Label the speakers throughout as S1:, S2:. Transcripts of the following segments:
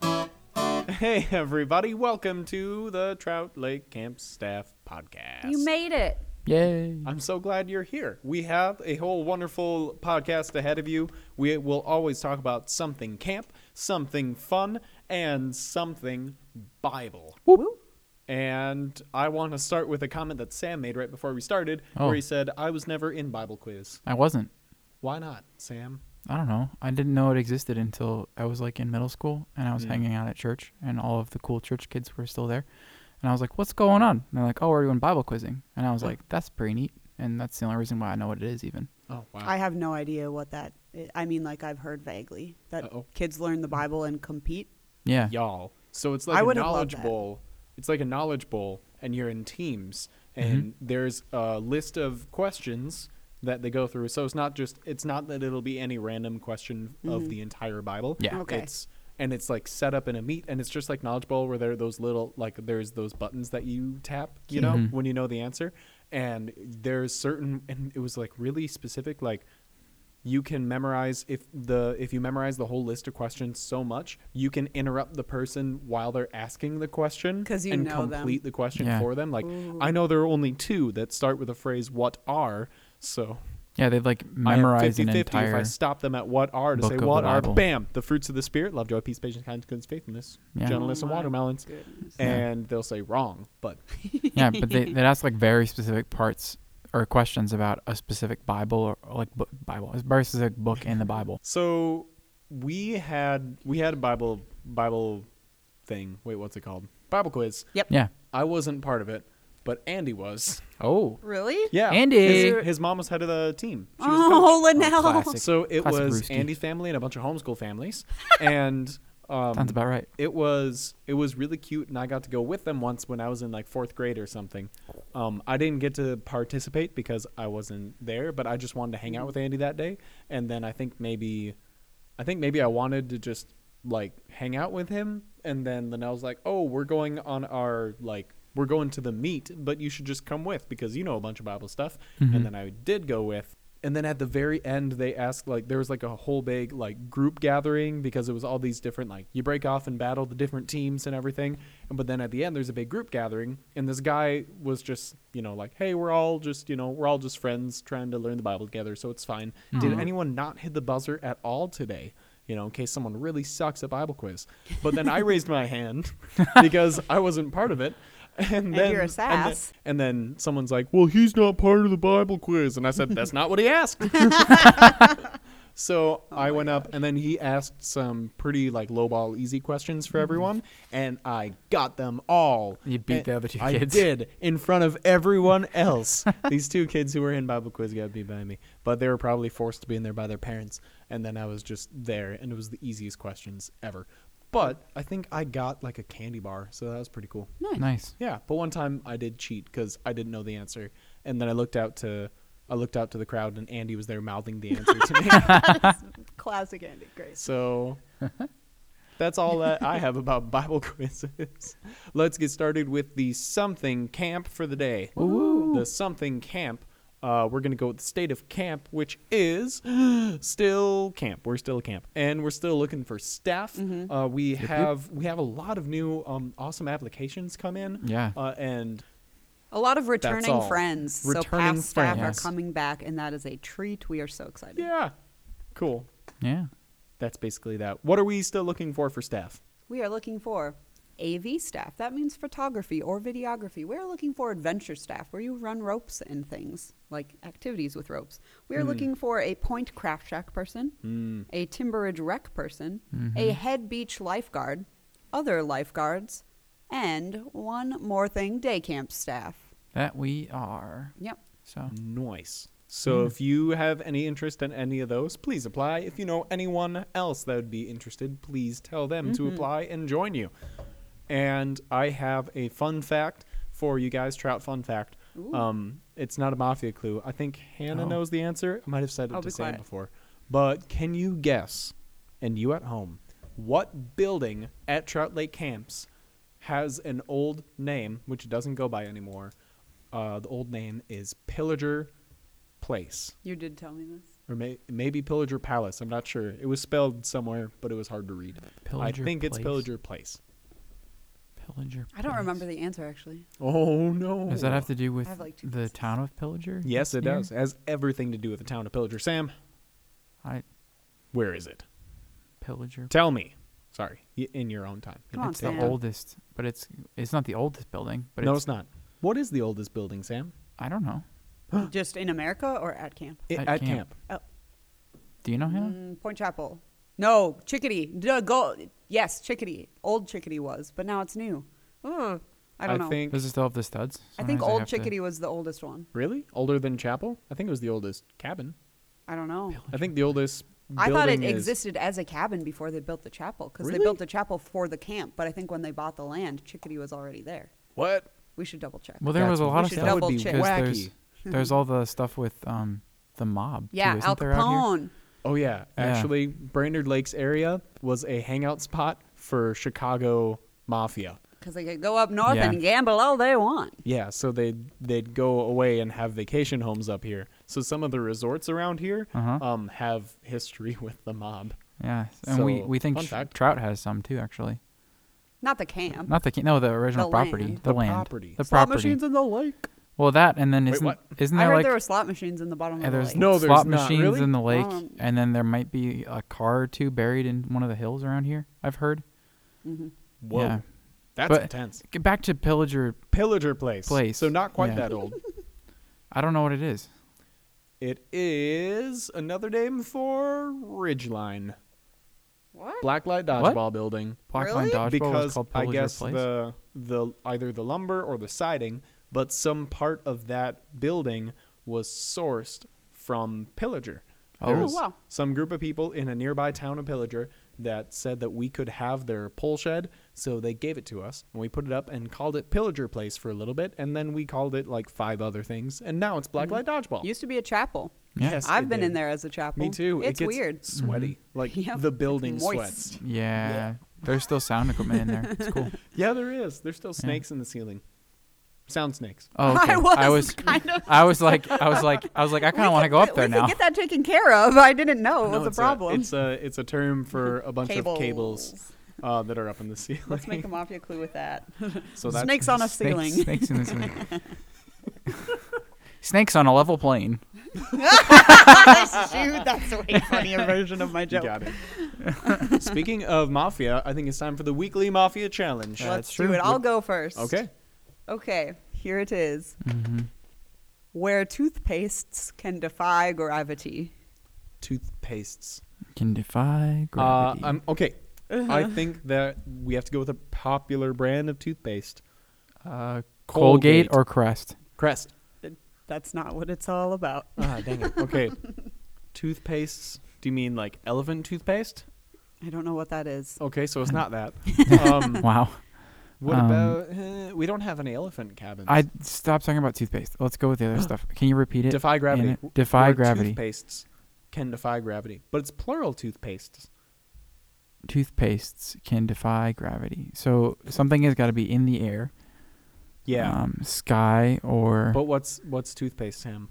S1: Hey, everybody, welcome to the Trout Lake Camp Staff Podcast.
S2: You made it.
S3: Yay.
S1: I'm so glad you're here. We have a whole wonderful podcast ahead of you. We will always talk about something camp, something fun, and something Bible. And I want to start with a comment that Sam made right before we started,
S3: Oh.
S1: where he said, I was never in Bible quiz.
S3: I wasn't.
S1: Why not, Sam?
S3: I don't know. I didn't know it existed until I was like in middle school and I was hanging out at church and all of the cool church kids were still there. And I was like, what's going on? And they're like, oh, we're doing Bible quizzing. And I was like, that's pretty neat. And that's the only reason why I know what it is, even.
S1: Oh, wow.
S4: I have no idea what that. i- I mean, like I've heard vaguely that
S1: Uh-oh.
S4: kids learn the Bible and compete.
S3: Yeah.
S1: y'all. So it's
S4: I
S1: like a
S4: would have loved
S1: knowledge
S4: that.
S1: bowl. It's like a knowledge bowl, and you're in teams,
S3: Mm-hmm.
S1: and there's a list of questions that they go through. So it's not just it's not that it'll be any random question of the entire Bible.
S3: Yeah.
S4: Mm-hmm. Okay.
S1: It's and it's like set up in a meet, and it's just like knowledge bowl where there are those little like there's those buttons that you tap, you know,
S3: Mm-hmm.
S1: when you know the answer. And there's certain, and it was like really specific, like you can memorize if the if you memorize the whole list of questions so much you can interrupt the person while they're asking the question
S4: 'Cause you
S1: and
S4: know them.
S1: complete the question
S3: Yeah.
S1: for them like i know there are only two that start with the phrase what are so
S3: Yeah, they've like
S1: I have
S3: memorized an
S1: 50-50 if i
S3: entire.
S1: stop them at what are to
S3: book
S1: say
S3: of the
S1: what are
S3: Bible.
S1: bam the fruits of the spirit love joy peace patience kindness goodness faithfulness
S3: Yeah.
S1: gentleness and
S4: Oh my
S1: watermelons
S4: Goodness.
S1: and they'll say wrong but
S3: yeah, but they, they ask like very specific parts or questions about a specific Bible or, or like book, Bible, a very specific book in the Bible.
S1: so we had we had a bible bible thing wait what's it called bible quiz
S3: Yeah.
S1: I wasn't part of it, but Andy was.
S3: Oh.
S4: Really?
S1: Yeah,
S3: Andy!
S1: His, his mom was head of the team. She was
S4: Oh,
S3: Oh,
S4: Linnell.
S3: classic.
S1: coach. So it
S3: Classic
S1: was
S3: Brewski.
S1: Andy's family and a bunch of homeschool families, and um,
S3: Sounds about right.
S1: it was it was really cute. And I got to go with them once when I was in like fourth grade or something. Um, I didn't get to participate because I wasn't there, but I just wanted to hang out with Andy that day. And then I think maybe, I think maybe I wanted to just like hang out with him. And then Linnell's like, "Oh, we're going on our like." We're going to the meet, but you should just come with because you know a bunch of Bible stuff. And then I did go with, and then at the very end they asked like there was like a whole big like group gathering because it was all these different like you break off and battle the different teams and everything and but then at the end there's a big group gathering and this guy was just you know like hey we're all just you know we're all just friends trying to learn the bible together so it's fine did anyone not hit the buzzer at all today you know in case someone really sucks at bible quiz but then i raised my hand because i wasn't part of it and then
S4: you're a
S1: and then-
S4: sass.
S1: and then someone's like, "Well, he's not part of the Bible quiz," and I said, "That's not what he asked." so
S3: Oh
S1: I went up, and then he asked some pretty like lowball, easy questions for everyone, and I got them all.
S3: Mm-hmm. You beat
S1: And
S3: the other two
S1: I
S3: kids.
S1: did in front of everyone else. These two kids who were in Bible quiz got beat by me, but they were probably forced to be in there by their parents. And then I was just there, and it was the easiest questions ever. But I think I got like a candy bar, so that was pretty cool.
S3: Nice.
S1: Yeah, but one time I did cheat because I didn't know the answer, and then I looked out to I looked out to the crowd, and Andy was there mouthing the answer to me.
S4: Classic Andy Grace.
S1: So that's all that I have about Bible quizzes. Let's get started with the something camp for the day. The something camp. Uh, we're gonna go with the state of camp, which is still camp. We're still camp, and we're still looking for staff. Uh, we have we have a lot of new um, awesome applications come in.
S3: Yeah.
S1: uh, and
S4: A lot of returning
S1: all.
S4: friends. so
S1: Returning
S4: past staff
S1: friends.
S4: are coming back, and that is a treat. We are so excited.
S1: yeah, cool.
S3: Yeah.
S1: That's basically that. What are we still looking for for staff?
S4: We are looking for AV staff. That means photography or videography. We're looking for adventure staff where you run ropes and things, like activities with ropes.
S1: Hmm.
S4: We're looking for a point craft shack person, a Timberidge wreck person, a head beach lifeguard, other lifeguards, and one more thing day camp staff.
S3: That we are.
S4: Yep.
S3: So,
S1: Nice. So if you have any interest in any of those, please apply. If you know anyone else that would be interested, please tell them to apply and join you. And I have a fun fact for you guys, Trout fun fact. Um, it's not a mafia clue. I think Hannah
S3: Oh.
S1: knows the answer. I might have said it
S4: I'll
S1: to
S4: be
S1: Sam
S4: quiet.
S1: before. But can you guess, and you at home, what building at Trout Lake Camps has an old name, which it doesn't go by anymore? Uh, the old name is Pillager place,
S4: You did tell me this.
S1: or may, maybe Pillager Palace. I'm not sure. It was spelled somewhere, but it was hard to read. I think it's
S3: Place.
S1: Pillager Place.
S3: Pillager.
S4: I don't
S3: Place.
S4: remember the answer actually.
S1: Oh no!
S3: Does that have to do with
S4: have, like, two
S3: the
S4: pieces.
S3: town of Pillager?
S1: Yes, it
S3: here?
S1: does. It has everything to do with the town of Pillager. Sam,
S3: I
S1: where is it?
S3: Pillager.
S1: Tell me. Sorry, y- in your own time.
S4: Come on,
S3: it's
S4: Sam.
S3: the oldest, but it's it's not the oldest building. But
S1: no,
S3: it's,
S1: it's not. What is the oldest building, Sam?
S3: I don't know.
S4: Just in America or at camp?
S1: I-
S3: At
S1: at camp.
S3: camp.
S4: Oh.
S3: Do you know Hannah?
S4: Mm, Point Chapel. No, Chickadee. Duh, go. Yes, Chickadee. Old Chickadee was, but now it's new. Ugh, I don't know.
S1: think
S3: Does it still have the studs?
S4: I think
S3: Sometimes
S4: Old
S3: have to-
S4: Chickadee was the oldest one.
S1: really older than Chapel. I think it was the oldest cabin.
S4: I don't know.
S1: I think the oldest.
S4: I thought it
S1: building is-
S4: existed as a cabin before they built the chapel because they
S1: Really?
S4: built the chapel for the camp. But I think when they bought the land, Chickadee was already there.
S1: What?
S4: We should double check.
S3: Well, there
S1: That's-
S3: was a
S1: we
S3: lot of
S4: should
S3: stuff
S4: double check.
S3: because there's
S1: Wacky.
S3: there's all the stuff with um the mob.
S4: yeah,
S3: too, isn't
S4: Al
S3: there out here?
S4: Capone.
S1: Oh yeah, actually, Brainerd Lakes area was a hangout spot for Chicago mafia.
S4: Because they could go up north
S3: Yeah.
S4: and gamble all they want.
S1: Yeah, so they they'd go away and have vacation homes up here. So some of the resorts around here
S3: Uh-huh.
S1: um, have history with the mob.
S3: Yeah, and we
S1: So,
S3: we think
S1: fun
S3: Tr-
S1: fact.
S3: Trout has some too, actually.
S4: Not the camp.
S3: Not the ca- no, the original
S4: The
S3: property,
S4: land.
S1: The
S3: the, land,
S1: property.
S3: the
S1: Slot
S3: property.
S1: machines in the lake.
S3: Well, that and then
S1: Wait,
S3: isn't
S1: what?
S3: isn't
S4: I
S3: there
S4: heard
S3: like
S4: there were slot machines in the bottom
S3: yeah,
S4: of the
S3: there's
S4: lake.
S1: No, there's
S3: slot
S1: not,
S3: machines
S1: really?
S3: in the lake,
S4: Um,
S3: and then there might be a car or two buried in one of the hills around here. I've heard.
S1: Whoa,
S3: Yeah.
S1: that's
S3: But-
S1: intense.
S3: Get back to Pillager.
S1: Pillager place.
S3: Place,
S1: So not quite
S3: yeah.
S1: that old.
S3: I don't know what it is.
S1: It is another name for Ridgeline
S4: What?
S1: Blacklight Dodgeball
S3: What?
S1: Building.
S3: Blackline
S4: Really?
S3: dodgeball was
S1: because
S3: called
S1: I
S3: Pillager
S1: guess
S3: Place.
S1: the the either the lumber or the siding, but some part of that building was sourced from Pillager. There
S3: Oh.
S1: was
S4: Wow.
S1: some group of people in a nearby town of Pillager that said that we could have their pole shed, so they gave it to us, and we put it up and called it Pillager Place for a little bit, and then we called it like five other things, and now it's
S4: Mm.
S1: Blacklight Dodgeball.
S4: Used to be a chapel.
S3: Yeah.
S1: Yes,
S4: I've
S1: it
S4: been
S1: did.
S4: in there as a chapel.
S1: Me too.
S4: Oh, It's
S1: it gets
S4: weird.
S1: sweaty,
S3: Mm-hmm.
S1: like
S4: Yep,
S1: the building
S4: moist.
S1: sweats.
S3: yeah. There's still sound equipment in there. It's cool.
S1: Yeah, there is. There's still snakes in the ceiling. Sound snakes.
S3: Oh, okay.
S4: I was,
S3: I was,
S4: kind of.
S3: I was like, I was like, I was like, I kind of want to go up there
S4: we
S3: now.
S4: could get that taken care of. I didn't know it
S1: No,
S4: was Oh, a
S1: it's
S4: problem.
S1: it's a it's a term for a bunch of cables uh, that are up in the ceiling.
S4: Let's make a mafia clue with that.
S1: so that's
S4: Snakes on a ceiling.
S3: Snakes, snakes in the ceiling. snakes on a level plane.
S4: Shoot, that's a way funnier version of my
S1: you
S4: joke.
S1: got it. Speaking of mafia, I think it's time for the weekly mafia challenge.
S3: Uh,
S4: Let's
S3: That's
S4: do
S3: true.
S4: it. I'll go first.
S1: okay.
S4: Okay. Here it is.
S3: Mm-hmm.
S4: Where toothpastes can defy gravity.
S1: Toothpastes.
S3: Can defy
S1: Uh,
S3: gravity.
S1: I'm okay. I think that we have to go with a popular brand of toothpaste.
S3: Uh,
S1: Colgate.
S3: Colgate, or Crest.
S1: Crest.
S4: That's not what it's all about.
S1: Ah, dang it. Okay. Toothpastes. Do you mean like elephant toothpaste?
S4: I don't know what that is.
S1: Okay, so it's not that. Um,
S3: Wow.
S1: what
S3: Um,
S1: about? Uh, we don't have any elephant cabins.
S3: I stop talking about toothpaste. Let's go with the other stuff. Can you repeat it?
S1: defy gravity.
S3: in it- defy
S1: Where
S3: gravity.
S1: Toothpastes can defy gravity, but it's plural toothpastes.
S3: Toothpastes can defy gravity. So something has got to be in the air.
S1: Yeah,
S3: Um, sky or
S1: but what's what's toothpaste, Sam?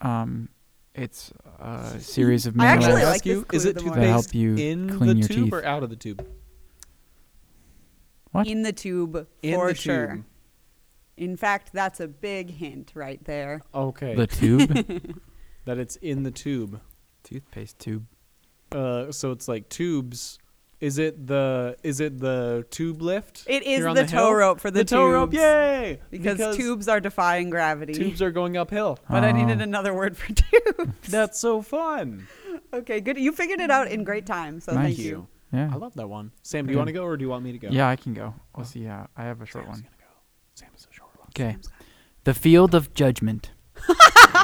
S3: um, it's a series of
S4: I
S3: minerals
S4: actually
S1: Can
S4: like
S1: ask you,
S4: this clue
S1: is it
S4: the more-
S3: that help
S1: toothpaste
S3: you
S1: in
S3: clean
S1: the
S3: your
S1: tube
S3: teeth.
S1: or out of the tube?
S3: What?
S4: In the tube,
S1: In
S4: for
S1: the
S4: sure.
S1: tube.
S4: In fact, that's a big hint right there.
S1: Okay,
S3: The tube.
S1: that it's in the tube.
S3: Toothpaste tube.
S1: Uh, so it's like tubes. Is it the is it the tube lift?
S4: It is
S1: here
S4: the,
S1: on
S4: tow
S1: hill?
S4: rope for the,
S1: the tow rope,
S4: tubes,
S1: yay!
S4: Because, tubes are defying gravity.
S1: tubes are going uphill.
S4: But I needed
S3: Oh.
S4: another word for tube.
S1: That's so fun.
S4: okay, good. You figured it out in great time, so
S3: Nice.
S4: thank you.
S1: I
S3: Yeah.
S1: love that one. Sam, do you
S3: Yeah.
S1: want to go or do you want me to go?
S3: Yeah, I can go. We'll see. Yeah, I have a short
S1: Sam's
S3: one.
S1: gonna go. Sam's a short one.
S3: Okay. The field of judgment.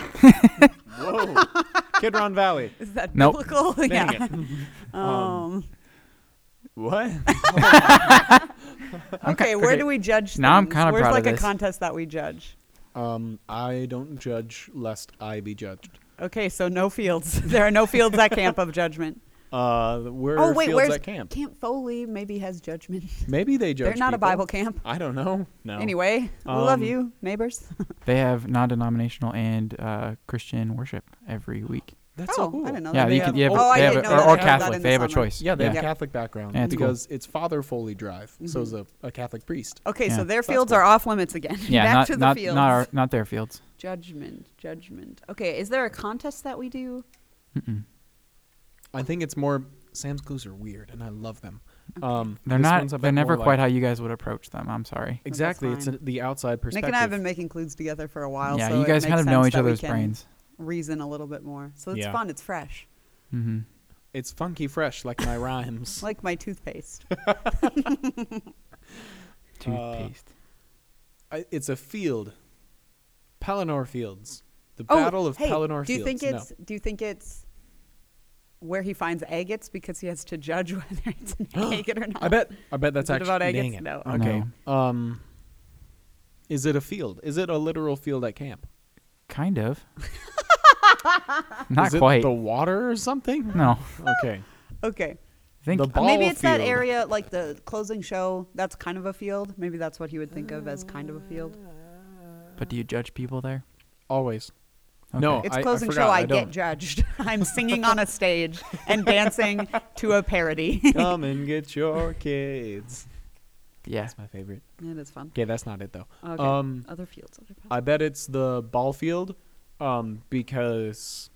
S1: Whoa. Kidron Valley.
S4: Is that
S3: Nope.
S4: biblical?
S1: Dang
S4: yeah.
S1: it.
S4: Um,
S1: What?
S4: okay, where
S3: okay.
S4: do we judge
S3: Now I'm
S4: things?
S3: kinda
S4: Where's
S3: proud of
S4: like a
S3: this.
S4: contest that we judge?
S1: Um, I don't judge lest I be judged.
S4: Okay, so no fields. there are no fields at Camp of Judgment.
S1: Uh, where
S4: oh
S1: are
S4: wait,
S1: fields
S4: where's
S1: at camp?
S4: Camp Foley? Maybe has judgment.
S1: Maybe they judge.
S4: They're not a
S1: people.
S4: Bible camp.
S1: I don't know. No.
S4: Anyway, we love
S1: Um,
S4: you, neighbors.
S3: They have non-denominational and uh, Christian worship every week.
S1: that's
S4: oh,
S1: so cool.
S4: I didn't know
S3: Yeah,
S4: that.
S1: they
S3: you can.
S1: have-
S3: Yeah,
S1: oh, I
S3: they have
S1: didn't
S3: a-
S1: know
S3: or,
S1: that.
S3: or
S1: They have that
S3: Catholic.
S4: in
S3: They
S4: the
S3: have a
S4: summer.
S3: choice.
S1: Yeah, they have
S4: Yeah. Mm-hmm.
S1: Catholic background
S3: Yeah, it's cool.
S1: because it's Father Foley Drive, so it's a, a Catholic priest.
S4: Okay,
S3: Yeah.
S4: so their
S1: That's
S4: fields
S1: cool.
S4: are off limits again.
S3: Yeah,
S4: Back
S3: not
S4: to the
S3: not
S4: fields.
S3: not our, not their fields.
S4: Judgment, judgment. Okay, is there a contest that we do?
S3: Mm-mm.
S1: I think it's more Sam's clues are weird, and I love them. Um,
S3: They're
S1: this
S3: not.
S1: one's a
S3: They're
S1: bit
S3: never
S1: more
S3: quite
S1: like-
S3: how you guys would approach them. I'm sorry.
S1: exactly. It's
S4: fine.
S1: a, the outside
S4: Nick
S1: perspective.
S4: and I have been making clues together for a while.
S3: yeah,
S4: so
S3: you
S4: it
S3: guys
S4: makes
S3: kind of know
S4: sense
S3: each
S4: that we
S3: other's
S4: can
S3: brains.
S4: Reason a little bit more, so it's
S1: Yeah.
S4: fun. It's fresh,
S3: Mm-hmm.
S1: it's funky fresh, like my rhymes.
S4: like my toothpaste.
S3: Toothpaste.
S1: I, it's a field. Pelennor Fields. The
S4: Oh,
S1: Battle of
S4: hey,
S1: Pelennor
S4: do you
S1: Fields.
S4: think it's? Do you think it's? Where he finds agates because he has to judge whether it's an agate or not.
S1: no. I bet. I bet that's
S4: Is it
S1: actually
S4: about
S1: dang
S4: agates?
S1: it.
S4: No.
S1: Okay. Um, is it a field? Is it a literal field at camp?
S4: Uh.
S3: Kind of. not
S1: is it
S3: quite.
S1: The water or something?
S3: no.
S1: Okay.
S4: Okay.
S3: I think.
S1: The
S4: Uh,
S1: ball
S4: Maybe it's that
S1: field.
S4: area, like the closing show. That's kind of a field. Maybe that's what he would think of as kind of a field.
S1: Uh,
S3: but do you judge people there?
S1: Always. No.
S4: It's
S1: I- I
S4: closing
S1: forgot,
S4: show.
S1: I
S4: I, get
S1: don't.
S4: judged. I'm singing on a stage and dancing to a parody.
S1: Come and get your kids.
S3: Yeah.
S1: That's my favorite.
S4: it is fun.
S1: Okay, that's not it though.
S4: Okay.
S1: Um,
S4: other fields. Other fields.
S1: I bet it's the ball field, um, because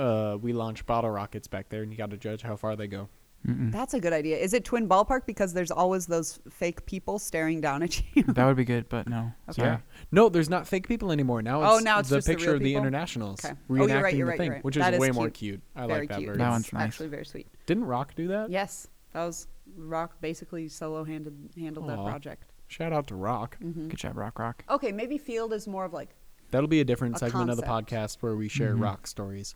S1: uh, we launch bottle rockets back there, and you got to judge how far they go. Mm.
S3: Mm-mm.
S4: That's a good idea. Is it Twin Ballpark? Because there's always those fake people staring down at you.
S3: That would be good, but no.
S4: Okay.
S3: Sorry.
S1: No, there's not fake people anymore. Now
S4: Oh,
S1: it's,
S4: now it's
S1: the
S4: just the
S1: picture
S4: real
S1: of the
S4: people?
S1: internationals
S4: Okay. Oh,
S1: reenacting
S4: you're right, you're
S1: the
S4: right,
S1: thing,
S4: you're right.
S1: which is
S4: That is
S1: way more
S4: cute.
S1: cute. I
S4: very
S1: like that
S4: cute.
S1: very
S3: That
S1: much.
S3: one's
S4: It's
S3: nice.
S4: Actually, very sweet.
S1: Didn't Rock do that?
S4: Yes, that was Rock basically solo handed handled that
S1: Aw.
S4: project.
S1: Shout out to Rock.
S4: hmm
S3: Good job, Rock Rock.
S4: Okay, maybe field is more of like
S1: That'll be a different
S4: A
S1: segment of the podcast
S4: concept.
S1: where we share
S3: Mhm.
S1: rock stories.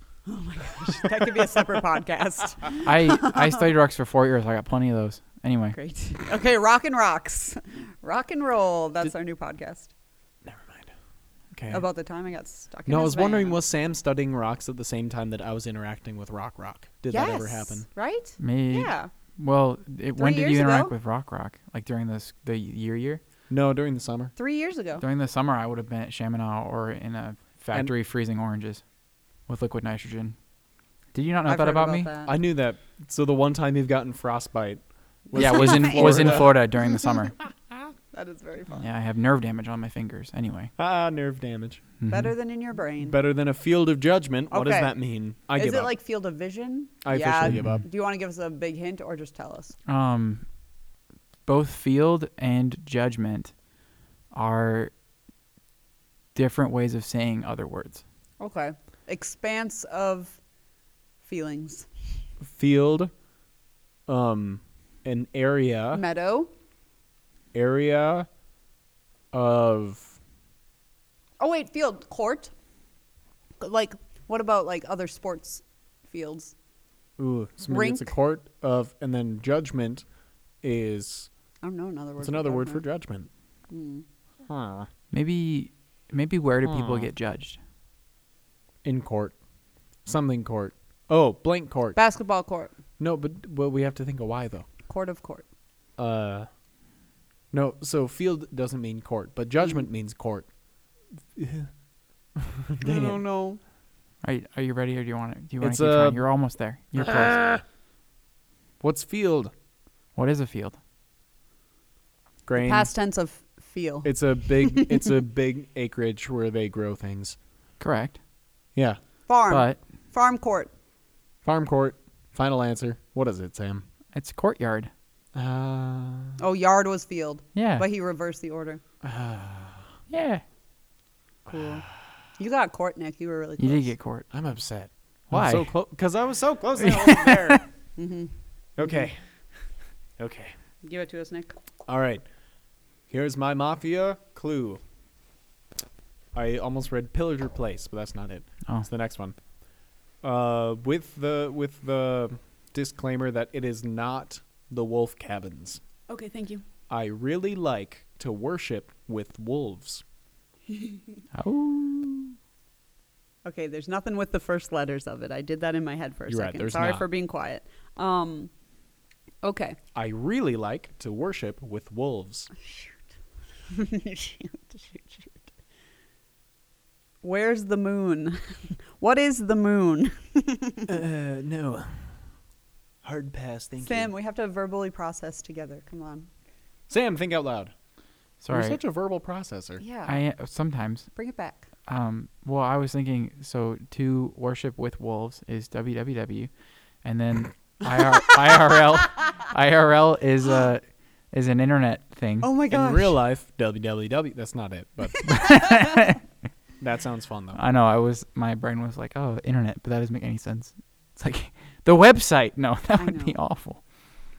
S4: that could be a separate podcast.
S3: I I studied rocks for four years. I got plenty of those. Anyway.
S4: Great. Okay, rock and rocks, rock and roll. That's our new podcast
S1: Never mind. Okay.
S4: about the time I got stuck. in
S1: no, I
S4: his
S1: was wondering
S4: van.
S1: was Sam studying rocks at the same time that I was interacting with Rock Rock? Did that ever
S4: Yes,
S1: happen?
S4: Right?
S3: Me.
S4: Yeah.
S3: Well, it, when
S4: Three
S3: did
S4: years
S3: you interact
S4: ago?
S3: with Rock Rock? Like during this the year year?
S1: No, during the summer.
S4: Three years ago.
S3: During the summer, I would have been at Chaminade or in a factory freezing oranges with liquid nitrogen. Did you not know
S4: I've
S3: that
S4: heard
S3: about, me?
S4: that.
S1: I knew that. So the one time you've gotten frostbite.
S3: yeah, was in was in
S1: Florida.
S3: Florida during the summer.
S4: that is very fun.
S3: yeah, I have nerve damage on my fingers. Anyway,
S1: Ah, nerve damage.
S3: Mhm.
S4: Better than in your brain.
S1: Better than a field of judgment. What does
S4: Okay.
S1: that mean? I
S4: is
S1: give
S4: it
S1: up.
S4: like field of vision?
S1: I officially
S4: yeah.
S1: give up.
S4: Do you want to give us a big hint or just tell us?
S3: Um, both field and judgment are different ways of saying other words.
S4: Okay. Expanse of feelings.
S1: Field, um, an area.
S4: Meadow.
S1: area of
S4: Oh wait, field court. Like what about like other sports fields?
S1: ooh, so maybe it's a
S4: Rink.
S1: court of, and then judgment is
S4: I don't know another word.
S1: what's another word for judgment?
S4: Mm.
S1: Huh.
S3: Maybe maybe where do people
S1: Hmm.
S3: get judged?
S1: In court, something court. Oh, blank court.
S4: Basketball court.
S1: No, but but we have to think of why though.
S4: Court of court.
S1: Uh, no. So field doesn't mean court, but judgment means court.
S4: I
S1: Dang it.
S4: don't know.
S3: Are you, are you ready or do you want to do you want
S1: It's
S3: to keep
S1: a-
S3: trying? You're almost there. You're close.
S1: What's field?
S3: What is a field?
S1: Grain.
S4: Past tense of feel.
S1: It's a big. it's a big acreage where they grow things.
S3: Correct.
S1: Yeah.
S4: Farm.
S3: But
S4: Farm court.
S1: Farm court. Final answer. What is it, Sam?
S3: it's courtyard.
S1: Uh,
S4: Oh, yard was field,
S3: Yeah.
S4: but he reversed the order.
S3: yeah.
S4: Cool. You got court, Nick. You were really
S3: You
S4: close.
S3: did get court.
S1: I'm upset.
S3: Why?
S1: I'm so close. Because I was so close. and I wasn't there. Okay. Okay.
S4: Give it to us, Nick.
S1: All right. Here's my mafia clue. I almost read Pillager Place, but that's not it.
S3: Oh.
S1: It's the next one. Uh, with the with the disclaimer that it is not the Wolf Cabins.
S4: Okay, thank you.
S1: I really like to worship with wolves.
S3: Oh.
S4: Okay, there's nothing with the first letters of it. I did that in my head for a
S1: You're right,
S4: second.
S1: there's
S4: Sorry
S1: not.
S4: for being quiet. Um, okay.
S1: I really like to worship with wolves.
S4: Shoot. shoot, shoot, shoot. Where's the moon? what is the moon?
S1: uh, no. Hard pass, thank
S4: Sam, we have to verbally process together. Come on.
S1: Sam, think out loud.
S3: Sorry.
S1: You're such a verbal processor.
S4: Yeah.
S3: I sometimes
S4: Bring it back.
S3: Um, well, I was thinking so to worship with wolves is www, and then IR, IRL IRL is a is an internet thing.
S4: Oh my gosh.
S1: In real life, www. That's not it, but that sounds fun though.
S3: I know. I was my brain was like, oh, internet, but that doesn't make any sense. It's like the website. No,
S4: I
S3: that would be
S4: know.
S3: awful.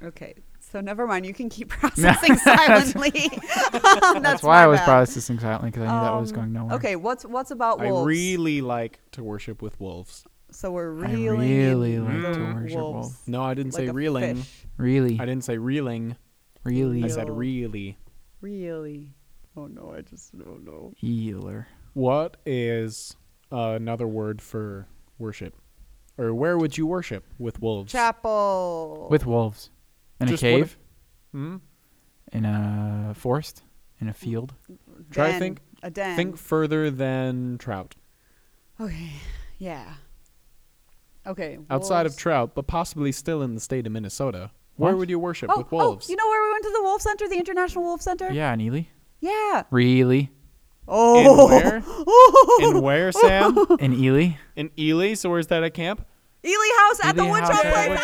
S4: Okay. So never mind. You can keep processing silently. that's
S3: That's, why
S4: my
S3: I was
S4: bad.
S3: processing silently because I knew that was
S4: Um,
S3: going nowhere.
S4: Okay, what's what's about
S1: I
S4: wolves?
S1: really like to worship with wolves.
S4: so we're
S3: I
S4: reeling.
S3: really
S4: in
S3: like
S4: the
S3: to
S1: Mm.
S3: worship wolves.
S1: No, I didn't
S4: like
S1: say
S4: a
S1: reeling.
S4: fish.
S3: Really,
S1: I didn't say reeling.
S3: really
S1: I said
S4: Reel.
S1: really.
S4: Really. Oh no, I just don't know.
S3: healer.
S1: What is uh, another word for worship? Or where would you worship with wolves?
S4: Chapel.
S3: With wolves in
S1: Just
S3: a
S1: what
S3: cave.
S1: if- Hmm?
S3: in a forest, in a field.
S1: Try to
S4: Den.
S1: think-
S4: A den.
S1: Think further than trout.
S4: Okay. Yeah. Okay.
S1: Outside of
S4: wolves.
S1: trout, but possibly still in the state of Minnesota. Where
S3: What?
S1: would you worship
S4: oh,
S1: with wolves?
S4: oh, you know where we went to the wolf center, the International Wolf Center?
S3: Yeah, Neely.
S4: Yeah.
S3: Really?
S4: Oh.
S1: where? in where, Sam?
S3: In Ely?
S1: In Ely. So where's that at camp?
S4: Ely House at the
S3: Ely House
S4: Woodshop
S3: at the
S4: Playground.
S3: Woodshop.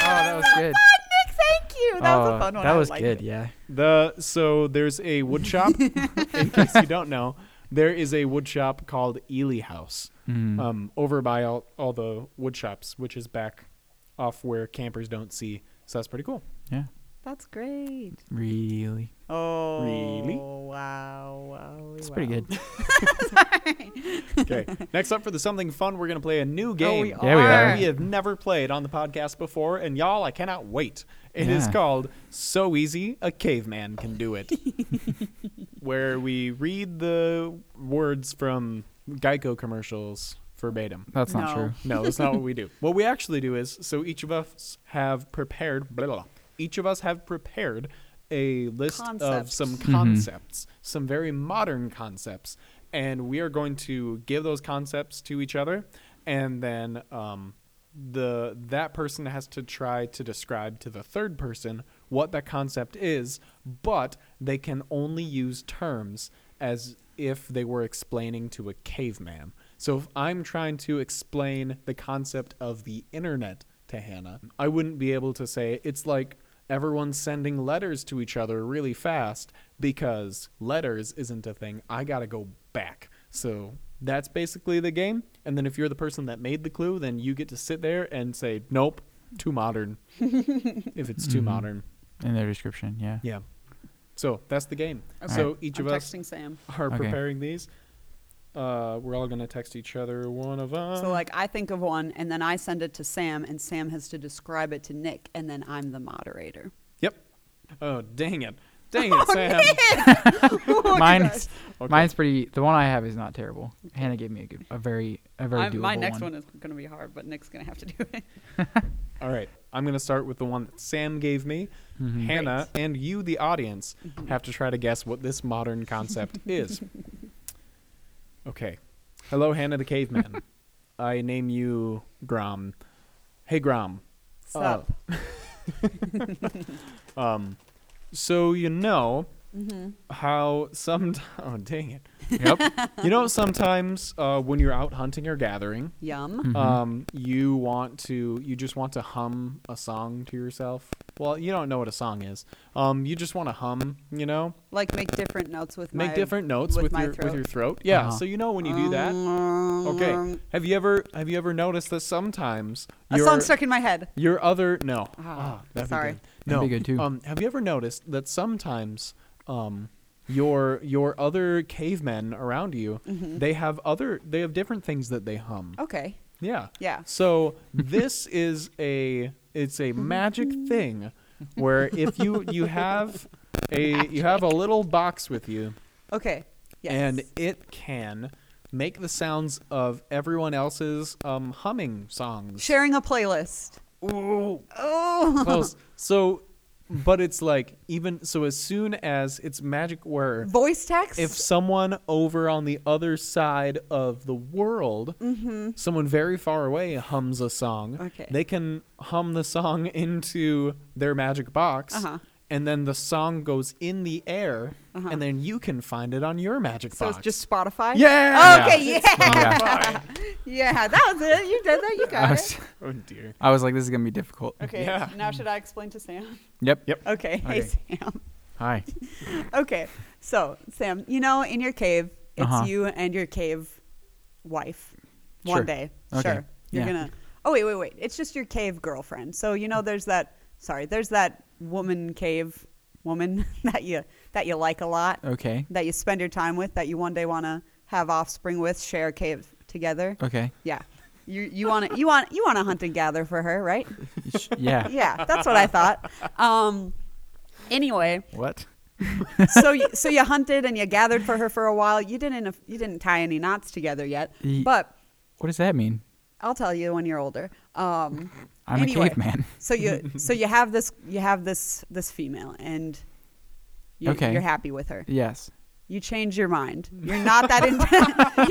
S4: Ah,
S3: Oh, that was
S4: so
S3: good.
S4: Fun, Nick. Thank you. That was a
S3: Oh,
S4: fun one.
S3: That
S4: I
S3: was
S4: liked
S3: good,
S4: it.
S3: yeah.
S1: The so there's a wood shop. in case you don't know, there is a wood shop called Ely House, um, over by all, all the wood shops, which is back off where campers don't see. So that's pretty cool.
S3: Yeah.
S4: That's great.
S3: Really?
S4: Oh.
S1: Really?
S4: Wow. wow
S3: It's pretty good.
S1: Okay. Next up for the something fun, we're gonna play a new
S4: Oh, we
S1: game.
S3: Yeah, we
S4: are.
S1: that we have never played on the podcast before, and y'all, I cannot wait. It is
S3: Yeah.
S1: called So Easy a Caveman Can Do It, where we read the words from Geico commercials verbatim.
S3: That's not
S4: No.
S3: true.
S1: No, that's not what we do. What we actually do is so each of us have prepared, blah, blah, blah. each of us have prepared a list of
S4: Concepts.
S1: some concepts, some very modern concepts, and we are going to give those concepts to each other, and then um, the that person has to try to describe to the third person what that concept is, but they can only use terms as if they were explaining to a caveman. So if I'm trying to explain the concept of the internet to Hannah, I wouldn't be able to say it's like everyone's sending letters to each other really fast because letters isn't a thing. I got to go back. So that's basically the game. And then if you're the person that made the clue, then you get to sit there and say, nope, too modern. if it's too
S3: Mhm.
S1: modern.
S3: In their description, yeah.
S1: Yeah. So that's the game.
S4: Okay.
S1: So each
S4: I'm
S1: of us
S4: texting Sam.
S1: are
S3: Okay.
S1: preparing these. Uh, we're all gonna text each other one of us.
S4: So like I think of one and then I send it to Sam and Sam has to describe it to Nick and then I'm the moderator.
S1: yep. Oh dang it! Dang it, Sam.
S4: Oh,
S3: Mine,
S4: gosh.
S1: Okay.
S3: Mine's pretty. The one I have is not terrible. Hannah gave me a good, a very, a very
S4: I'm-
S3: doable
S4: my next
S3: one.
S4: one. is going to be hard, but Nick's going to have to do it.
S1: All right. I'm gonna start with the one that Sam gave me. Hannah and you, the audience, have to try to guess what this modern concept is. Okay. Hello, Hannah the caveman. I name you Grom. Hey, Grom.
S4: Sup?
S1: Oh. Um, so you know
S4: mm-hmm.
S1: how some oh dang it,
S3: Yep.
S1: you know sometimes uh, when you're out hunting or gathering,
S4: Yum.
S3: Mm-hmm.
S1: um, you want to you just want to hum a song to yourself. Well, you don't know what a song is. Um, you just want to hum, you know,
S4: Like make different notes with
S1: make
S4: my
S1: different notes with,
S4: my
S1: your
S4: throat. Um,
S1: with your throat. Yeah.
S3: Uh-huh.
S1: So you know when you do that. Okay. Have you ever have you ever noticed that sometimes
S4: A
S1: your-
S4: song stuck in my head.
S1: your other no.
S4: Ah,
S1: that'd be
S4: sorry.
S1: good.
S3: That'd
S1: No.
S3: be good, too.
S1: Um, have you ever noticed that sometimes um, your your other cavemen around you,
S4: Mm-hmm.
S1: they have other they have different things that they hum.
S4: Okay.
S1: Yeah.
S4: Yeah.
S1: So this is a it's a magic thing where if you you have a you have a little box with you
S4: Okay. Yes.
S1: and it can make the sounds of everyone else's um, humming songs.
S4: Sharing a playlist.
S1: Ooh,
S4: Oh,
S1: close. so, but it's like even so. As soon as it's magic word,
S4: voice text.
S1: if someone over on the other side of the world, someone very far away hums a song,
S4: Okay.
S1: they can hum the song into their magic box.
S4: Uh-huh.
S1: And then the song goes in the air, and then you can find it on your magic
S4: so
S1: box.
S4: it's just Spotify.
S1: Yeah!
S4: Okay. Yeah.
S1: yeah.
S4: Yeah. That was it. You did that. You
S3: I
S4: got
S3: was,
S4: it.
S1: oh dear.
S3: I was like, this is gonna be difficult.
S4: Okay.
S1: Yeah.
S4: Now should I explain to Sam?
S3: Yep.
S1: Yep.
S4: Okay. Hey,
S3: Okay.
S4: Sam.
S3: Hi.
S4: Okay. So Sam, you know, in your cave, it's
S3: Uh-huh.
S4: you and your cave wife.
S3: Sure.
S4: One day,
S3: Okay.
S4: sure, you're
S3: Yeah.
S4: gonna. Oh wait, wait, wait. It's just your cave girlfriend. So you know, there's that. Sorry, there's that woman cave woman that you that you like a lot.
S3: Okay.
S4: that you spend your time with that you one day want to have offspring with share a cave together
S3: Okay.
S4: yeah you you want to you want you want to hunt and gather for her right
S3: Sh- Yeah.
S4: yeah that's what i thought um anyway
S3: What?
S4: so you, so you hunted and you gathered for her for a while you didn't you didn't tie any knots together yet
S3: Ye-
S4: but
S3: What does that mean?
S4: i'll tell you when you're older um
S3: I'm
S4: Anyway.
S3: a caveman.
S4: so you so you have this you have this this female and you,
S3: Okay.
S4: you're happy with her
S3: yes.
S4: you change your mind. You're not that into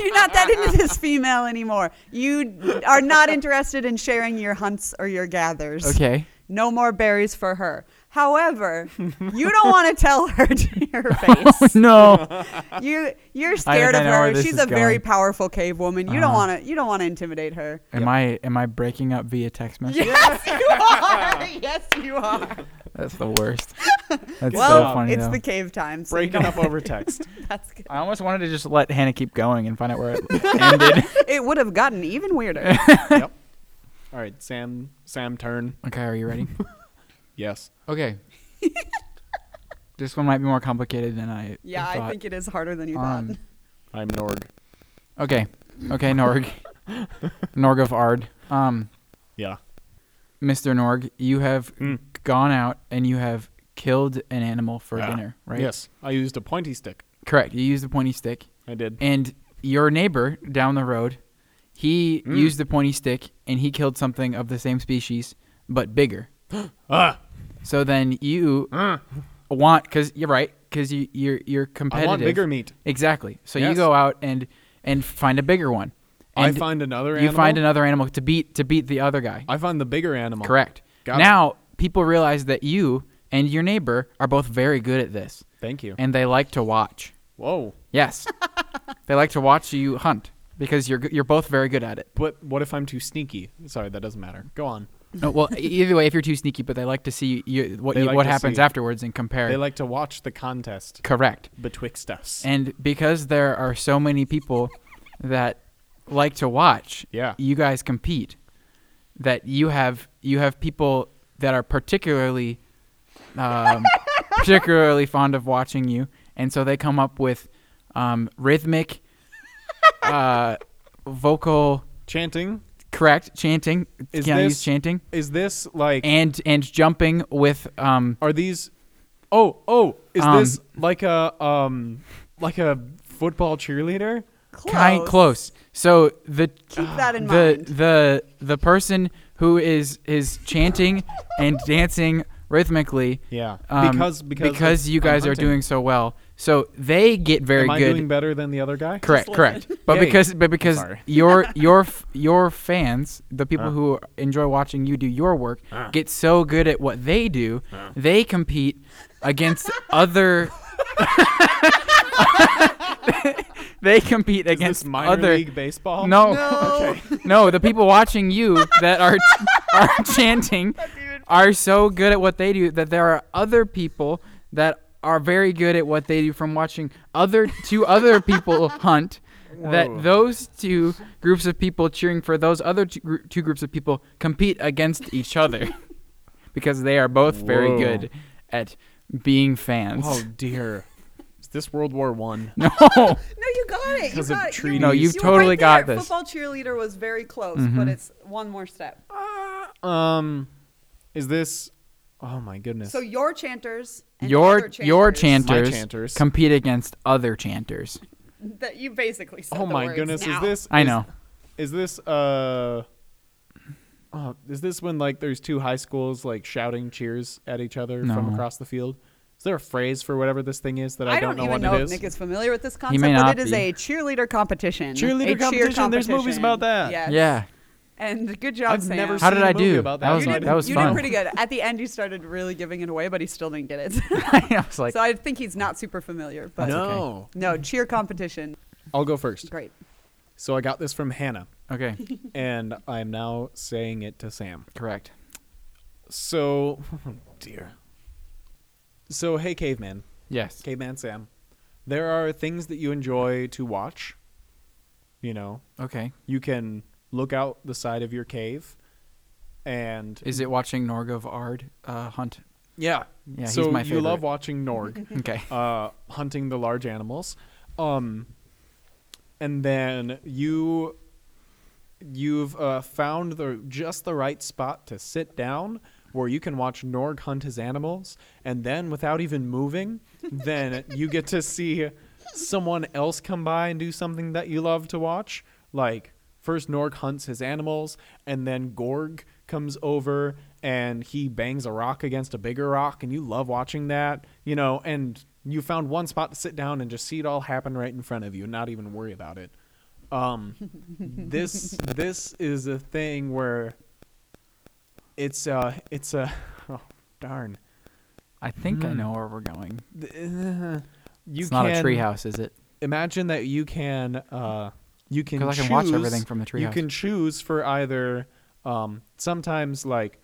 S4: you're not that into this female anymore. You are not interested in sharing your hunts or your gathers.
S3: Okay.
S4: No more berries for her. However, you don't want to tell her to your face.
S3: no.
S4: You you're scared
S3: I
S4: of
S3: know where
S4: her.
S3: this
S4: She's
S3: is
S4: a very
S3: going.
S4: powerful cave woman. You don't
S3: Uh-huh.
S4: want to you don't want to intimidate her.
S3: Am I am I breaking up via text message?
S4: Yes, you are. yes, you are.
S3: That's the worst. That's
S4: Well,
S3: so funny
S4: it's
S3: though.
S4: the cave time. So
S1: Breaking up over text.
S4: that's good.
S3: I almost wanted to just let Hannah keep going and find out where it ended.
S4: It would have gotten even weirder.
S1: yep. All right, Sam. Sam, turn.
S3: Okay, are you ready?
S1: Yes.
S3: Okay. this one might be more complicated than I
S4: Yeah,
S3: thought.
S4: I think it is harder than you
S3: Um,
S4: thought.
S1: I'm Norg.
S3: Okay. Okay, Norg. Norg of Ard. Um,
S1: Yeah.
S3: Mr. Norg, you have
S1: Mm.
S3: gone out and you have killed an animal for
S1: Ah,
S3: dinner, right?
S1: Yes. I used a pointy stick.
S3: Correct. You used the pointy stick.
S1: I did.
S3: And your neighbor down the road, he
S1: Mm.
S3: used the pointy stick and he killed something of the same species but bigger.
S1: Ah.
S3: So then you want cuz you're right, cuz you you're you're
S1: Mm. I
S3: competitive.
S1: want bigger meat.
S3: Exactly. So you
S1: Yes.
S3: go out and and find a bigger one.
S1: I
S3: And
S1: find another
S3: you
S1: animal.
S3: find another animal to beat to beat the other guy.
S1: I find the bigger animal.
S3: Correct.
S1: Got it.
S3: now people realize that you and your neighbor are both very good at this,
S1: Thank you.
S3: and they like to watch.
S1: Whoa.
S3: Yes, they like to watch you hunt because you're g- you're both very good at it.
S1: But what if I'm too sneaky? Sorry, that doesn't matter. Go on.
S3: No, well, e- either way, if you're too sneaky, but they like to see you, what
S1: They
S3: you,
S1: like
S3: what
S1: to
S3: happens
S1: see.
S3: afterwards and compare.
S1: They like to watch the contest
S3: Correct.
S1: betwixt us.
S3: And because there are so many people that like to watch,
S1: Yeah.
S3: you guys compete. That you have you have people that are particularly um, particularly fond of watching you, and so they come up with um, rhythmic, uh, vocal
S1: Chanting.
S3: correct chanting.
S1: Is
S3: Can I use
S1: this-
S3: chanting?
S1: Is this like?
S3: And and jumping with um,
S1: Are these? Oh, oh. Is
S3: Um.
S1: this like a um, like a football cheerleader?
S4: Close.
S3: kind close. So the
S4: Keep that in
S3: the
S4: mind.
S3: the the person who is is chanting and dancing rhythmically.
S1: Yeah.
S3: um,
S1: because because
S3: because
S1: of-
S3: you
S1: I'm
S3: guys are
S1: hunting.
S3: doing so well, so they get very
S1: Am I
S3: good.
S1: doing better than the other guy?
S3: correct, correct. But
S1: Yay.
S3: because but because
S1: Sorry.
S3: your your f- your fans, the people
S1: Uh.
S3: who enjoy watching you do your work,
S1: Uh.
S3: get so good at what they do, they compete against other. they compete
S1: Is
S3: against
S1: this minor
S3: other
S1: league baseball?
S3: no.
S4: No.
S3: no, the people watching you that are are chanting are so good at what they do that there are other people that are very good at what they do from watching other two other people hunt
S1: Whoa.
S3: that those two groups of people cheering for those other two, gr- two groups of people compete against each other because they are both very
S1: Whoa.
S3: good at being fans.
S1: Oh dear. Is this World War One?
S3: No.
S4: No, you got it. You
S1: Because of
S4: got it.
S1: treaties.
S3: No, you've
S4: were
S3: totally
S4: right
S3: got
S4: there.
S3: this.
S4: Football cheerleader was very close,
S3: Mm-hmm.
S4: but it's one more step.
S1: Um, is this? Oh my goodness.
S4: So your chanters and
S3: your
S4: other
S3: your
S4: chanters.
S3: chanters,
S1: chanters.
S3: compete against other chanters.
S4: that you basically said
S1: oh
S4: the
S1: my
S4: words
S1: goodness,
S4: now.
S1: is this?
S3: I
S1: is-
S3: know.
S1: Is this uh? Oh, is this when like there's two high schools like shouting cheers at each other
S3: No.
S1: from across the field? Is there a phrase for whatever this thing is that I,
S4: I don't,
S1: know
S4: even
S1: what
S4: know
S1: it
S4: if
S1: is?
S4: Nick is familiar with this
S3: He
S4: concept,
S3: may
S4: but
S3: not
S4: it is
S3: be.
S4: a cheerleader competition.
S1: Cheerleader
S4: A cheer
S1: competition, there's movies about that.
S4: Yes.
S3: Yeah.
S4: And good job,
S1: I've
S4: Sam.
S1: never
S3: How
S1: seen
S3: did
S1: a
S3: I
S1: movie
S3: do?
S1: about
S3: That
S1: that.
S3: was
S4: you
S3: like-
S4: did,
S3: that was
S4: you
S3: fun.
S4: did pretty good. At the end, you started really giving it away, but he still didn't get it.
S3: I was like,
S4: so I think he's not super familiar. But
S3: No.
S4: no, cheer competition.
S1: I'll go first.
S4: Great.
S1: So I got this from Hannah,
S3: okay,
S1: and I'm now saying it to Sam.
S3: correct.
S1: So, oh dear. So, hey, caveman,
S3: Yes.
S1: caveman Sam, there are things that you enjoy to watch. You know,
S3: Okay.
S1: you can look out the side of your cave, and
S3: Is it watching Norgov Ard uh, hunt?
S1: yeah,
S3: Yeah, he's
S1: so
S3: my
S1: you love
S3: favorite.
S1: watching Norg.
S3: Okay.
S1: uh, hunting the large animals. Um, and then you you've uh, found the just the right spot to sit down where you can watch Norg hunt his animals, and then without even moving, then you get to see someone else come by and do something that you love to watch. Like first Norg hunts his animals, and then Gorg comes over and he bangs a rock against a bigger rock, and you love watching that, you know. And you found one spot to sit down and just see it all happen right in front of you, and not even worry about it um this this is a thing where it's uh it's a oh darn
S3: I think I
S1: Hmm.
S3: know where we're going.
S1: Th- uh, you
S3: it's not a
S1: can
S3: treehouse, is it?
S1: imagine that you can uh you can
S3: Because I can
S1: choose,
S3: watch everything from the
S1: you
S3: treehouse.
S1: can choose for either um sometimes like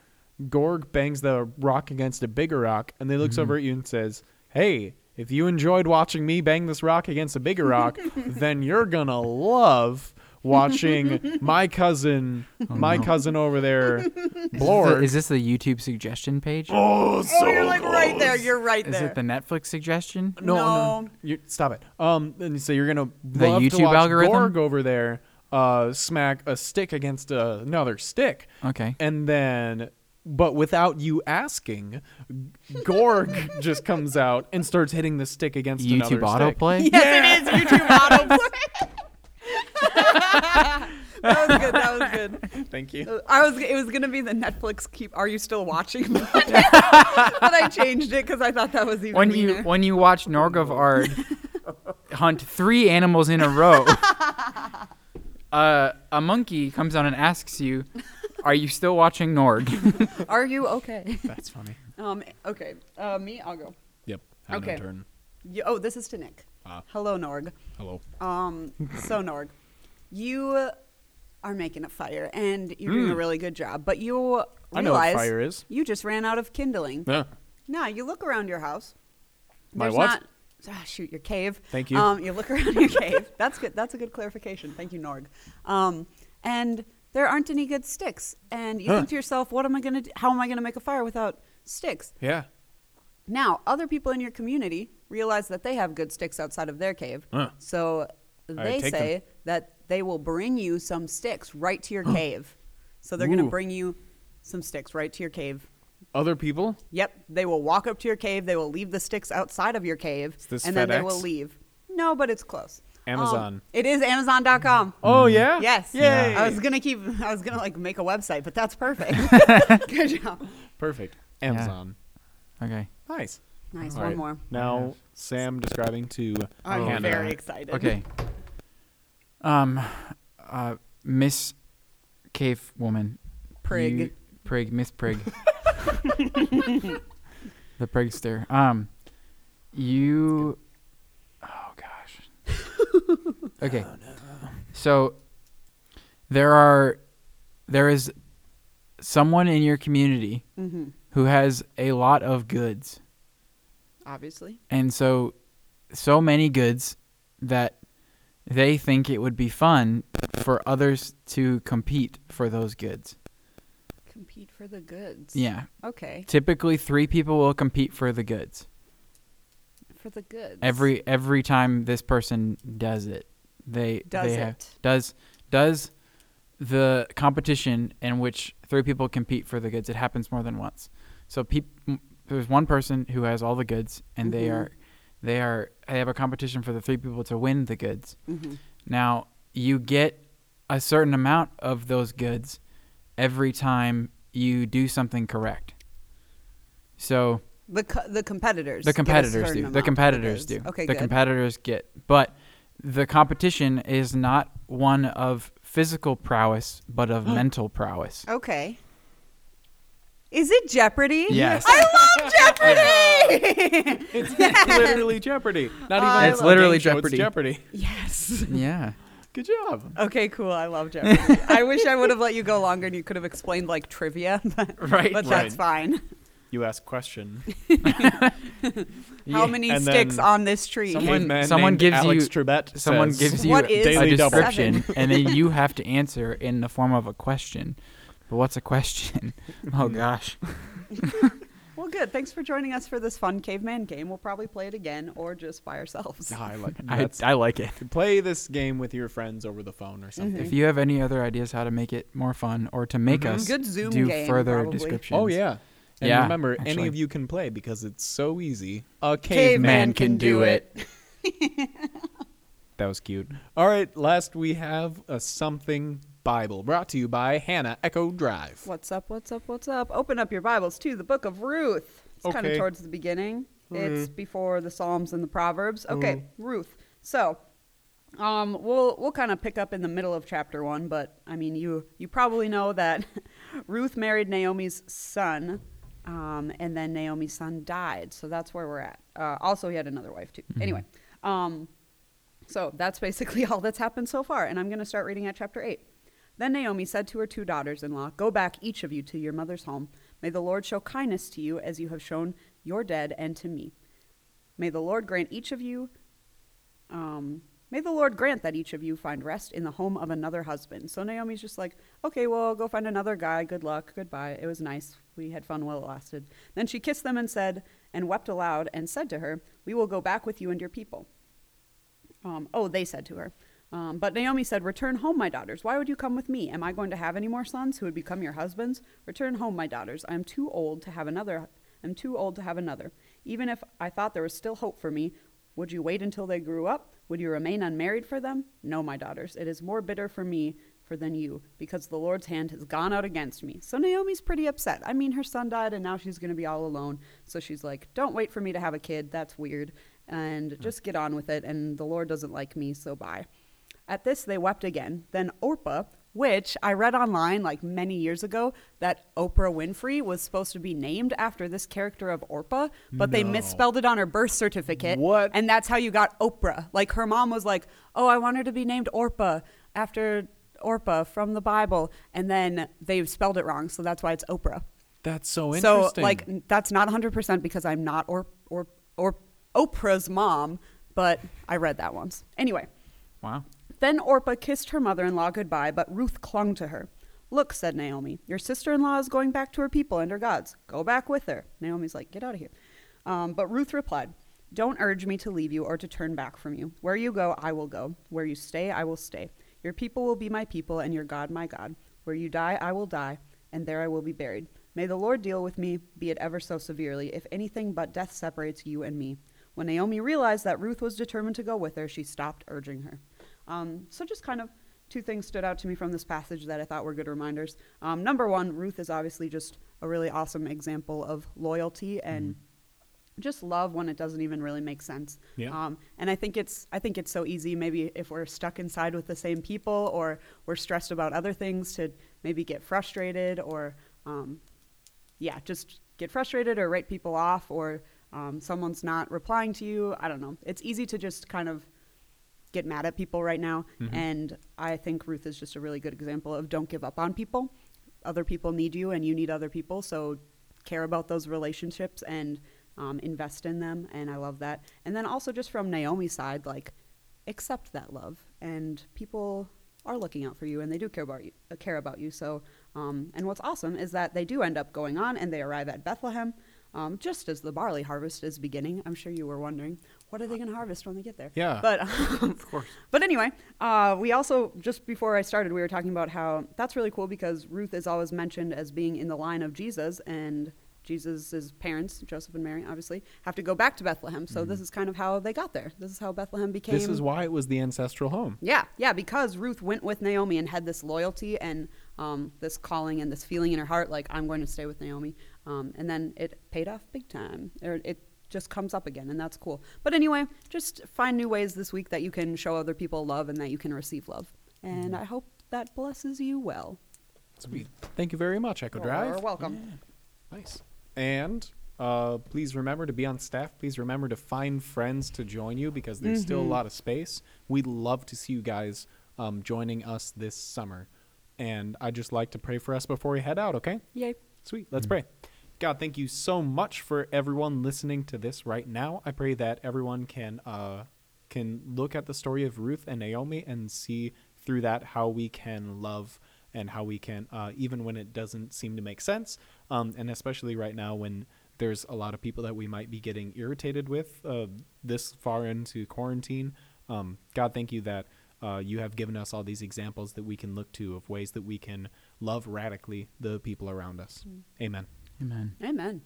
S1: gorg bangs the rock against a bigger rock and then looks
S3: Mm-hmm.
S1: over at you and says hey if you enjoyed watching me bang this rock against a bigger rock then you're gonna love watching my cousin my
S3: Oh, no.
S1: cousin over there
S3: Is this the-
S1: blorg
S3: Is this the YouTube suggestion page?
S1: oh,
S4: Oh, you're like right there. You're right
S3: is
S4: there.
S3: it the Netflix suggestion?
S1: no, no.
S4: No.
S1: You, stop it. Um, and so you're gonna
S3: The
S1: love to
S3: YouTube
S1: watch
S3: algorithm?
S1: Gorg over there uh, smack a stick against uh, another stick,
S3: Okay.
S1: and then, but without you asking, Gorg just comes out and starts hitting the stick against another
S3: YouTube
S1: stick.
S3: autoplay?
S4: yes, it is YouTube autoplay. that was good. That was good.
S1: Thank you.
S4: Uh, I was. It was gonna be the Netflix. Keep. Are you still watching? but I changed it because I thought that was even.
S3: When you
S4: meaner.
S3: when you watch Norgavard hunt three animals in a row, uh, a monkey comes down and asks you, "Are you still watching Norg?"
S4: are you okay?
S1: That's funny.
S4: Um. Okay. Uh, me. I'll go.
S1: Yep.
S4: Hannah, Okay. turn. You, oh, this is to Nick.
S1: Ah.
S4: Hello, Norg.
S1: Hello.
S4: Um, so Norg, you are making a fire, and you're doing a really good job. But you realize
S1: Hmm. I know what fire is.
S4: you just ran out of kindling. Now you look around your house.
S1: My
S4: There's
S1: what?
S4: Not, ah, shoot, your cave.
S1: Thank you.
S4: Um, you look around your cave. That's good. That's a good clarification. Thank you, Norg. Um, and there aren't any good sticks. And you
S1: Huh.
S4: think to yourself, what am I gonna? Do? How am I gonna make a fire without sticks?
S1: Yeah.
S4: Now, other people in your community realize that they have good sticks outside of their cave.
S1: Huh.
S4: So they
S1: take
S4: say that they will bring you some sticks right to your cave. So they're going to
S1: Ooh.
S4: bring you some sticks right to your cave.
S1: Other people.
S4: Yep, they will walk up to your cave, they will leave the sticks outside of your cave,
S1: this
S4: and then they will
S1: FedEx?
S4: leave. No, but it's close. Um,
S1: Amazon.
S4: it is amazon.com.
S1: Oh yeah.
S4: Yes.
S1: Yay.
S4: I was going to keep I was going to like make a website, but that's perfect. Good job.
S1: Perfect. Amazon.
S3: okay.
S1: Nice.
S4: Nice,
S1: All
S4: one
S1: right.
S4: more.
S1: Now Sam describing to
S4: I'm
S1: Hannah.
S4: very excited.
S3: Okay. Um, uh, Miss Cave Woman.
S4: Prig.
S3: you- prig. Miss Prig. the prigster. Um, you. Oh gosh. okay. So there are there is someone in your community
S4: Mhm.
S3: who has a lot of goods
S4: Obviously.
S3: and so so many goods that they think it would be fun for others to compete for those goods.
S4: Compete for the goods.
S3: Yeah.
S4: Okay.
S3: Typically 3 people will compete for the goods.
S4: For the goods.
S3: Every every time this person does it, they
S4: does
S3: they
S4: it.
S3: have does does the competition in which three people compete for the goods it happens more than once so peop- m- there's one person who has all the goods and they
S4: Mhm.
S3: are They are they have a competition for the three people to win the goods.
S4: Mhm.
S3: Now, you get a certain amount of those goods every time you do something correct. So,
S4: The co- the competitors.
S3: the
S4: get a
S3: competitors
S4: certain
S3: do.
S4: amount
S3: The
S4: of
S3: competitors do.
S4: goods. Okay,
S3: the
S4: good.
S3: competitors get. But the competition is not one of physical prowess, but of mental prowess.
S4: okay. Is it Jeopardy?
S3: Yes.
S4: I love Jeopardy.
S1: It's literally Jeopardy. Not even.
S4: I
S1: a
S4: It's
S1: game
S3: literally
S1: show, it's
S3: Jeopardy.
S1: Jeopardy.
S4: yes.
S3: Yeah.
S1: Good job.
S4: Okay, cool. I love Jeopardy. I wish I would have let you go longer and you could have explained like trivia, but,
S3: Right.
S4: but that's fine.
S1: You ask question.
S4: How many
S1: And
S4: sticks
S1: then
S4: on this tree?
S3: Someone-
S1: Caveman
S3: someone
S1: named
S3: gives
S1: Alex
S3: you-
S1: Trebek
S3: Someone
S1: says,
S3: gives you
S4: What
S3: a
S4: is
S1: Daily double.
S3: description, and then you have to answer in the form of a question. But what's a question? Oh
S4: Mm.
S3: gosh.
S4: Well, good. Thanks for joining us for this fun caveman game. We'll probably play it again or just by ourselves.
S1: Ah, I like
S3: I,
S1: that's-
S3: I like it.
S1: play this game with your friends over the phone or something.
S4: Mm-hmm.
S3: If you have any other ideas how to make it more fun or to make us
S4: Good Zoom
S3: do
S4: game,
S3: further
S4: probably.
S3: descriptions.
S1: Oh yeah. And
S3: Yeah,
S1: remember, any
S3: actually.
S1: of you can play because it's so easy. A caveman.
S4: Caveman.
S3: Man can do it.
S1: That was cute. All right, last we have a something Bible brought to you by Hannah Echo Drive.
S4: What's up? What's up? What's up? Open up your Bibles to the book of Ruth. It's kind of
S1: Okay.
S4: towards the beginning. It's before the Psalms and the Proverbs. Okay, Ruth. So, um, we'll we'll kind of pick up in the middle of chapter one, but I mean, you you probably know that Ruth married Naomi's son, um, and then Naomi's son died. So that's where we're at. Uh, also, he had another wife too. Anyway, um, so that's basically all that's happened so far, and I'm going to start reading at chapter 8. Then Naomi said to her two daughters in law, Go back, each of you, to your mother's home. May the Lord show kindness to you as you have shown your dead and to me. May the Lord grant each of you. Um, May the Lord grant that each of you find rest in the home of another husband. So Naomi's just like, okay, well, go find another guy. Good luck. Goodbye. It was nice. We had fun while it lasted. Then she kissed them and said, and wept aloud, and said to her, We will go back with you and your people. Um, oh, they said to her. Um, but Naomi said, Return home, my daughters. Why would you come with me? Am I going to have any more sons who would become your husbands? Return home, my daughters. I am too old to have another. I'm too old to have another. Even if I thought there was still hope for me, would you wait until they grew up? Would you remain unmarried for them? No, my daughters. It is more bitter for me for than you, because the Lord's hand has gone out against me. So Naomi's pretty upset. I mean, her son died, and now she's going to be all alone. So she's like, Don't wait for me to have a kid. That's weird. And
S1: Hmm.
S4: just get on with it. And the Lord doesn't like me, so bye. At this, they wept again. Then Orpah, which I read online like many years ago, that Oprah Winfrey was supposed to be named after this character of Orpah, but they
S1: No.
S4: misspelled it on her birth certificate.
S1: What?
S4: And that's how you got Oprah. Like her mom was like, "Oh, I want her to be named Orpah after Orpah from the Bible," and then they spelled it wrong, so that's why it's Oprah.
S1: That's so
S4: So
S1: Oh, interesting.
S4: like n- that's not 100% because I'm not or or or Oprah's mom, but I read that once. Anyway,
S3: Wow.
S4: then Orpah kissed her mother in law goodbye, but Ruth clung to her. Look, said Naomi, your sister in law is going back to her people and her gods. Go back with her. Naomi's like, get out of here. Um, but Ruth replied, Don't urge me to leave you or to turn back from you. Where you go, I will go. Where you stay, I will stay. Your people will be my people, and your God my God. Where you die, I will die, and there I will be buried. May the Lord deal with me, be it ever so severely, if anything but death separates you and me. When Naomi realized that Ruth was determined to go with her, she stopped urging her. Um, so just kind of two things stood out to me from this passage that I thought were good reminders. Um, number one, Ruth is obviously just a really awesome example of loyalty and just love when it doesn't even really make sense.
S1: Yeah.
S4: Um, and I think it's I think it's so easy maybe if we're stuck inside with the same people or we're stressed about other things to maybe get frustrated or um, yeah, just get frustrated or write people off or um, someone's not replying to you. I don't know. It's easy to just kind of get mad at people right now. And I think Ruth is just a really good example of don't give up on people. Other people need you and you need other people. So care about those relationships and um, invest in them. And I love that. And then also just from Naomi's side, like accept that love and people are looking out for you and they do care about you uh, care about you so um, and what's awesome is that they do end up going on and they arrive at bethlehem um, just as the barley harvest is beginning i'm sure you were wondering what are they going to harvest when they get there
S1: Yeah.
S4: but of course but anyway uh, we also just before i started we were talking about how that's really cool because ruth is always mentioned as being in the line of jesus and Jesus' parents, Joseph and Mary, obviously, have to go back to Bethlehem. So this is kind of how they got there. This is how Bethlehem became.
S1: Mm-hmm. This is why it was the ancestral home.
S4: Yeah, yeah, because Ruth went with Naomi and had this loyalty and um, this calling and this feeling in her heart, like I'm going to stay with Naomi. Um, and then it paid off big time, or it just comes up again, and that's cool. But anyway, just find new ways this week that you can show other people love and that you can receive love.
S3: Mm-hmm.
S4: And I hope that blesses you well.
S1: Sweet. Thank you very much, Echo Drive.
S4: You're welcome.
S1: Nice. And uh, please remember to be on staff. Please remember to find friends to join you because there's still a lot of space. We'd love to see you guys um, joining us this summer. And I just like to pray for us before we head out, okay?
S4: Yay.
S1: Sweet. Let's pray. God, thank you so much for everyone listening to this right now. I pray that everyone can uh, can look at the story of Ruth and Naomi and see through that how we can love and how we can uh, even when it doesn't seem to make sense, um, and especially right now when there's a lot of people that we might be getting irritated with uh, this far into quarantine. Um, God, thank you that uh, you have given us all these examples that we can look to of ways that we can love radically the people around us. Amen.
S3: Amen.
S4: Amen.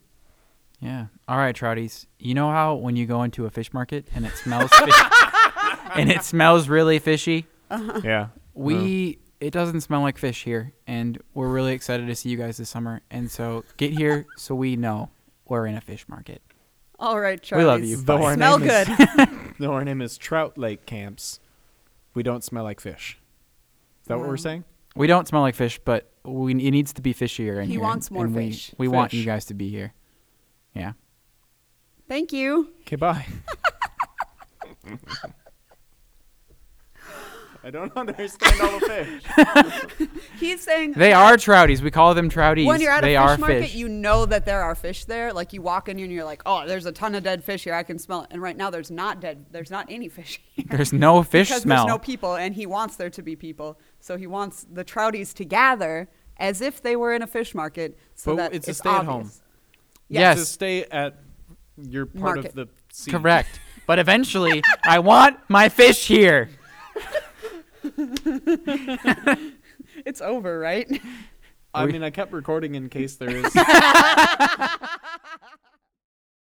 S3: Yeah. All right, Trouties. You know how when you go into a fish market and it smells fish- and it smells really fishy?
S1: Yeah.
S3: We
S1: Oh.
S3: it doesn't smell like fish here and we're really excited to see you guys this summer. And so get here so we know we're in a fish market.
S4: All right,
S3: We
S4: Charlie.
S3: love you.
S1: Though our
S4: Smell
S1: name
S4: good.
S1: Is, though our name is Trout Lake Camps, we don't smell like fish. Is that what we're saying?
S3: We don't smell like fish, but we it needs to be fishier in
S4: He
S3: here.
S4: wants more
S3: we-
S4: fish.
S3: We, want you
S1: Fish.
S3: guys to be here. Yeah.
S4: Thank you.
S1: Okay, bye. I don't understand all the fish.
S4: He's saying
S3: They are trouties. We call them trouties.
S4: when you're at
S3: they
S4: a
S3: are
S4: fish market,
S3: fish.
S4: you know that there are fish there. Like you walk in and you're like, oh, there's a ton of dead fish here. I can smell it. And right now, there's not dead. There's not any fish here.
S3: There's no fish
S4: because
S3: smell.
S4: there's no people, and he wants there to be people. So he wants the trouties to gather as if they were in a fish market, so
S1: But
S4: that
S1: it's
S4: it's,
S1: a stay-at-home.
S4: obvious.
S3: Yes.
S1: Just stay at your part
S4: Market.
S1: of the sea.
S3: Correct. But eventually, I want my fish here.
S4: It's over, right?
S1: I
S3: We-
S1: mean, I kept recording in case there is